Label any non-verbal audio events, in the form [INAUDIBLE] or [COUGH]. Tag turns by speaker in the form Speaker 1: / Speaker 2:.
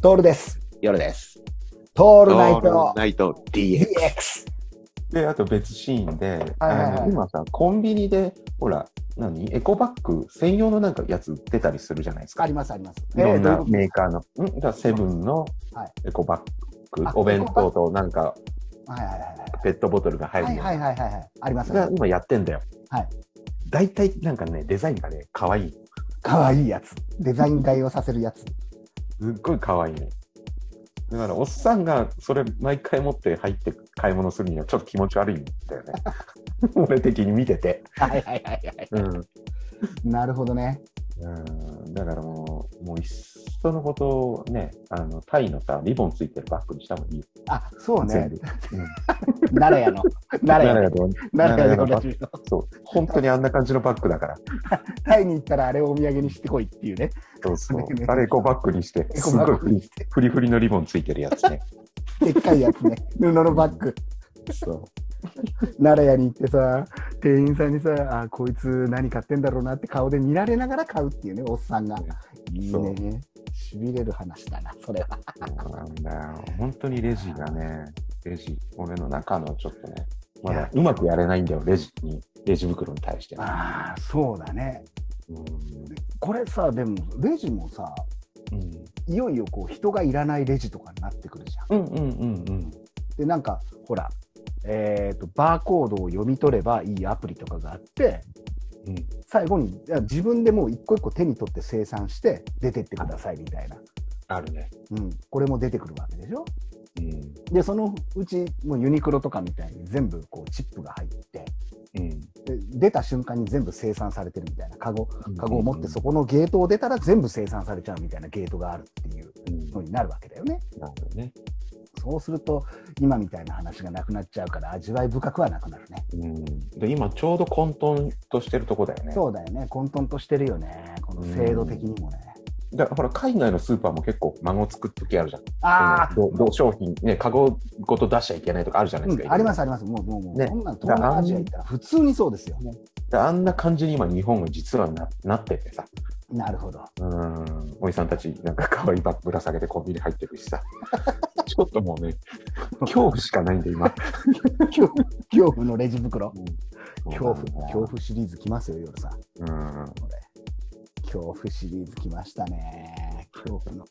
Speaker 1: トールです。
Speaker 2: 夜です。
Speaker 1: ト
Speaker 2: オ
Speaker 1: ールナイト
Speaker 2: ナイト DX。
Speaker 1: DX。
Speaker 3: で、あと別シーン
Speaker 1: は
Speaker 3: で、
Speaker 1: いはいはい
Speaker 3: あの今さ、コンビニで、ほら、何エコバッグ専用のなんかやつ売ってたりするじゃないです
Speaker 1: あ
Speaker 3: か。
Speaker 1: りますあります。
Speaker 3: いろん
Speaker 1: どういう
Speaker 3: な
Speaker 1: こと
Speaker 3: メーカーの。んだからセブンの
Speaker 1: はい
Speaker 3: エコバッグ、
Speaker 1: あ
Speaker 3: お弁当となんか
Speaker 1: はいはいはいはい。
Speaker 3: ペットボトルが入る
Speaker 1: はい
Speaker 3: よう
Speaker 1: はい
Speaker 3: な。
Speaker 1: はいはいはい。ありますね
Speaker 3: が。今やってんだよ。
Speaker 1: はい。
Speaker 3: 大体なんかね、デザインがね、可愛い。
Speaker 1: 可愛いやつ。デザイン代をさせるやつ。
Speaker 3: すっごい可愛いね。だから、おっさんがそれ毎回持って入って買い物するにはちょっと気持ち悪いん
Speaker 1: [LAUGHS]
Speaker 3: だよね。俺的に見てて。
Speaker 1: はいはいはいはい。
Speaker 3: うん。
Speaker 1: なるほどね。
Speaker 3: うんだからもう、もういっそのことをね、あのタイのさ、リボンついてるバッグにした方がいいよ。
Speaker 1: あ、そうね
Speaker 3: 全。部
Speaker 1: 奈良屋の。奈良屋
Speaker 3: 奈
Speaker 1: の。奈良屋
Speaker 3: 良と
Speaker 1: でお
Speaker 3: 奈良屋の
Speaker 1: なじみの。
Speaker 3: そう、本当にあんな感じのバッグだ
Speaker 1: [LAUGHS]
Speaker 3: から。
Speaker 1: タイに行ったらあれをお土産にしてこいっていうね。
Speaker 3: そうそう
Speaker 1: ね。
Speaker 3: あれエコバッグにして、
Speaker 1: [LAUGHS] エコ
Speaker 3: す
Speaker 1: バ
Speaker 3: ごい
Speaker 1: ッ
Speaker 3: フ
Speaker 1: グに
Speaker 3: リ
Speaker 1: して。
Speaker 3: フリフリのリボンついてるやつ
Speaker 1: [LAUGHS]
Speaker 3: ね。
Speaker 1: でっかいや [LAUGHS] つね。布のバッグ。
Speaker 3: そ
Speaker 1: 奈良屋に行ってさ、店員さんにさ、あ、こいつ何買ってんだろうなって顔で見られながら買うっていうね、おっさんが。いい
Speaker 3: そう
Speaker 1: ね。しびれる話だな、それは。
Speaker 3: うそうなんだよ。本当にレジがね、レジ、俺の中のちょっとね、ま
Speaker 1: い
Speaker 3: だ
Speaker 1: や
Speaker 3: うまくやれないんだよ、レジに、レジ袋に対してね。
Speaker 1: ああ、そうだね。
Speaker 3: うん
Speaker 1: これさ、でも、レジもさ、
Speaker 3: うん
Speaker 1: いよいよこう人がいらないレジとかになってくるじゃん。
Speaker 3: うんうんうんうん。
Speaker 1: で、なんか、ほら、えー、とバーコードを読み取ればいいアプリとかがあって、
Speaker 3: うん
Speaker 1: 最後にいや自分でもう一個一個手に取って生産して出てってくださいみたいな、
Speaker 3: あるね。
Speaker 1: うん、これも出てくるわけでしょ
Speaker 3: うん
Speaker 1: でそのうちもうユニクロとかみたいに全部こうチップが入って
Speaker 3: うん。
Speaker 1: で出た瞬間に全部生産されてるみたいなカゴカゴを持ってそ
Speaker 3: こ。
Speaker 1: このゲートを出たら全部生産されちゃうみたいなゲートがあるっていう
Speaker 3: うん
Speaker 1: のになるわけだよね。
Speaker 3: なるほどね。
Speaker 1: そうすると今みたいな話がなくなっちゃうから味わい深くはなくなるね。
Speaker 3: うん、で今ちょうど混沌としてるとこだよね。
Speaker 1: そうだよね混沌としてるよねこの制度的にもね。
Speaker 3: だからほら海外のスーパーも結構孫作る時あるじゃん。
Speaker 1: ああ、
Speaker 3: どど商品ねカゴごと出しちゃいけないとかあるじゃないです
Speaker 1: う
Speaker 3: か。。
Speaker 1: ん、ありますすありますもうもうもう、
Speaker 3: ね
Speaker 1: そんなん東南アジア行ったら普通にそうですよ。
Speaker 3: であんな感じに今日本が実はななっててさ。
Speaker 1: なるほど。 [LAUGHS]
Speaker 3: うん。おじさんたちなんか可愛いバッグぶら下げてコンビニ入ってる
Speaker 1: [LAUGHS]
Speaker 3: しさ。ちょっともうね恐怖しかないんで今。
Speaker 1: 恐怖恐怖のレジ袋恐怖
Speaker 3: 怖
Speaker 1: 恐。怖シリーズ来ますよ夜さん。
Speaker 3: うん。
Speaker 1: 恐怖シリーズ来ましたね。恐怖の。